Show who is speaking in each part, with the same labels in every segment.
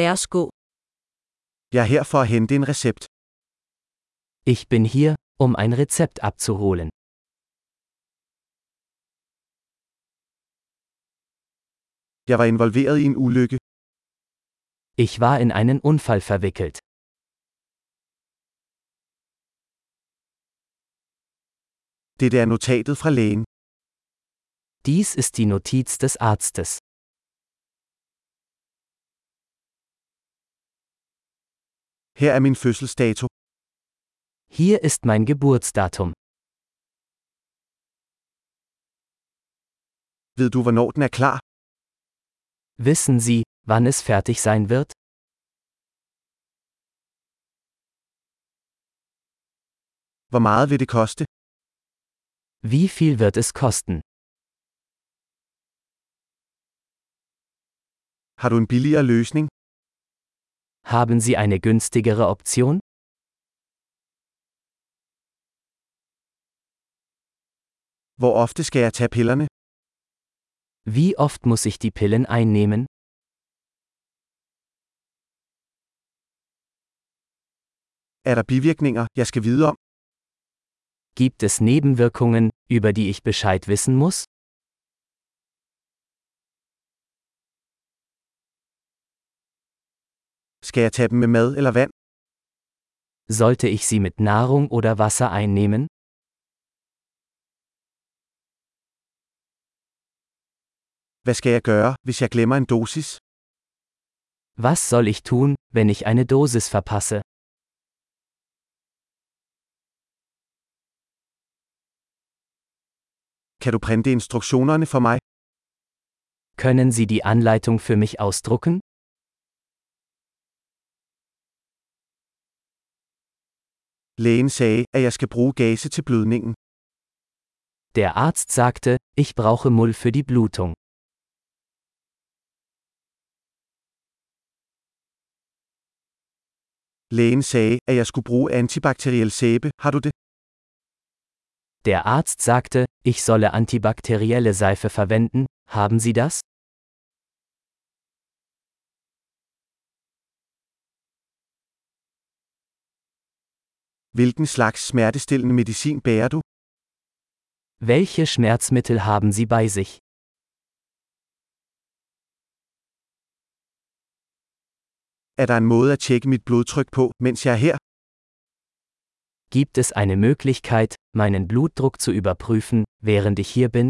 Speaker 1: Lad os gå.
Speaker 2: Jeg er her for at hente en recept.
Speaker 3: Ich bin hier, um ein Rezept abzuholen.
Speaker 2: Jeg var involveret i en ulykke.
Speaker 3: Ich war in einen Unfall verwickelt.
Speaker 2: Dette er notatet fra lægen.
Speaker 3: Dies ist die Notiz des Arztes.
Speaker 2: Her er min fødselsdato.
Speaker 3: Hier ist mein Geburtsdatum.
Speaker 2: Ved du, hvornår den er klar?
Speaker 3: Wissen Sie, wann es fertig sein wird?
Speaker 2: Hvor meget vil det koste?
Speaker 3: Wie viel wird es kosten?
Speaker 2: Har du en billigere løsning?
Speaker 3: Haben Sie eine günstigere Option?
Speaker 2: Hvor ofte skal jeg tage pillerne?
Speaker 3: Wie oft muss ich die Pillen einnehmen?
Speaker 2: Er der bivirkninger, jeg skal vide om?
Speaker 3: Gibt es Nebenwirkungen, über die ich Bescheid wissen muss?
Speaker 2: Skal jeg tage dem med mad eller vand?
Speaker 3: Sollte ich sie mit Nahrung oder Wasser einnehmen?
Speaker 2: Hvad skal jeg gøre, hvis jeg glemmer en dosis?
Speaker 3: Was soll ich tun, wenn ich eine Dosis verpasse?
Speaker 2: Kan du printe instruktionerne for mig?
Speaker 3: Können Sie die Anleitung für mich ausdrucken?
Speaker 2: Lægen sagde, at jeg skal bruge gase til blødningen.
Speaker 3: Der Arzt sagte, ich brauche Mull für die Blutung.
Speaker 2: Lægen sagde, at jeg skulle bruge antibakteriel sæbe. Har du det?
Speaker 3: Der Arzt sagte, ich solle antibakterielle Seife verwenden, haben Sie das?
Speaker 2: Hvilken slags smertestillende medicin bærer du?
Speaker 3: Welche Schmerzmittel haben Sie bei sich?
Speaker 2: Er der en måde at tjekke mit blodtryk på, mens jeg er her?
Speaker 3: Gibt es eine Möglichkeit, meinen Blutdruck zu überprüfen, während ich hier bin?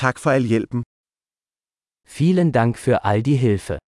Speaker 2: Tak for al hjælpen.
Speaker 3: Vielen Dank für all die Hilfe.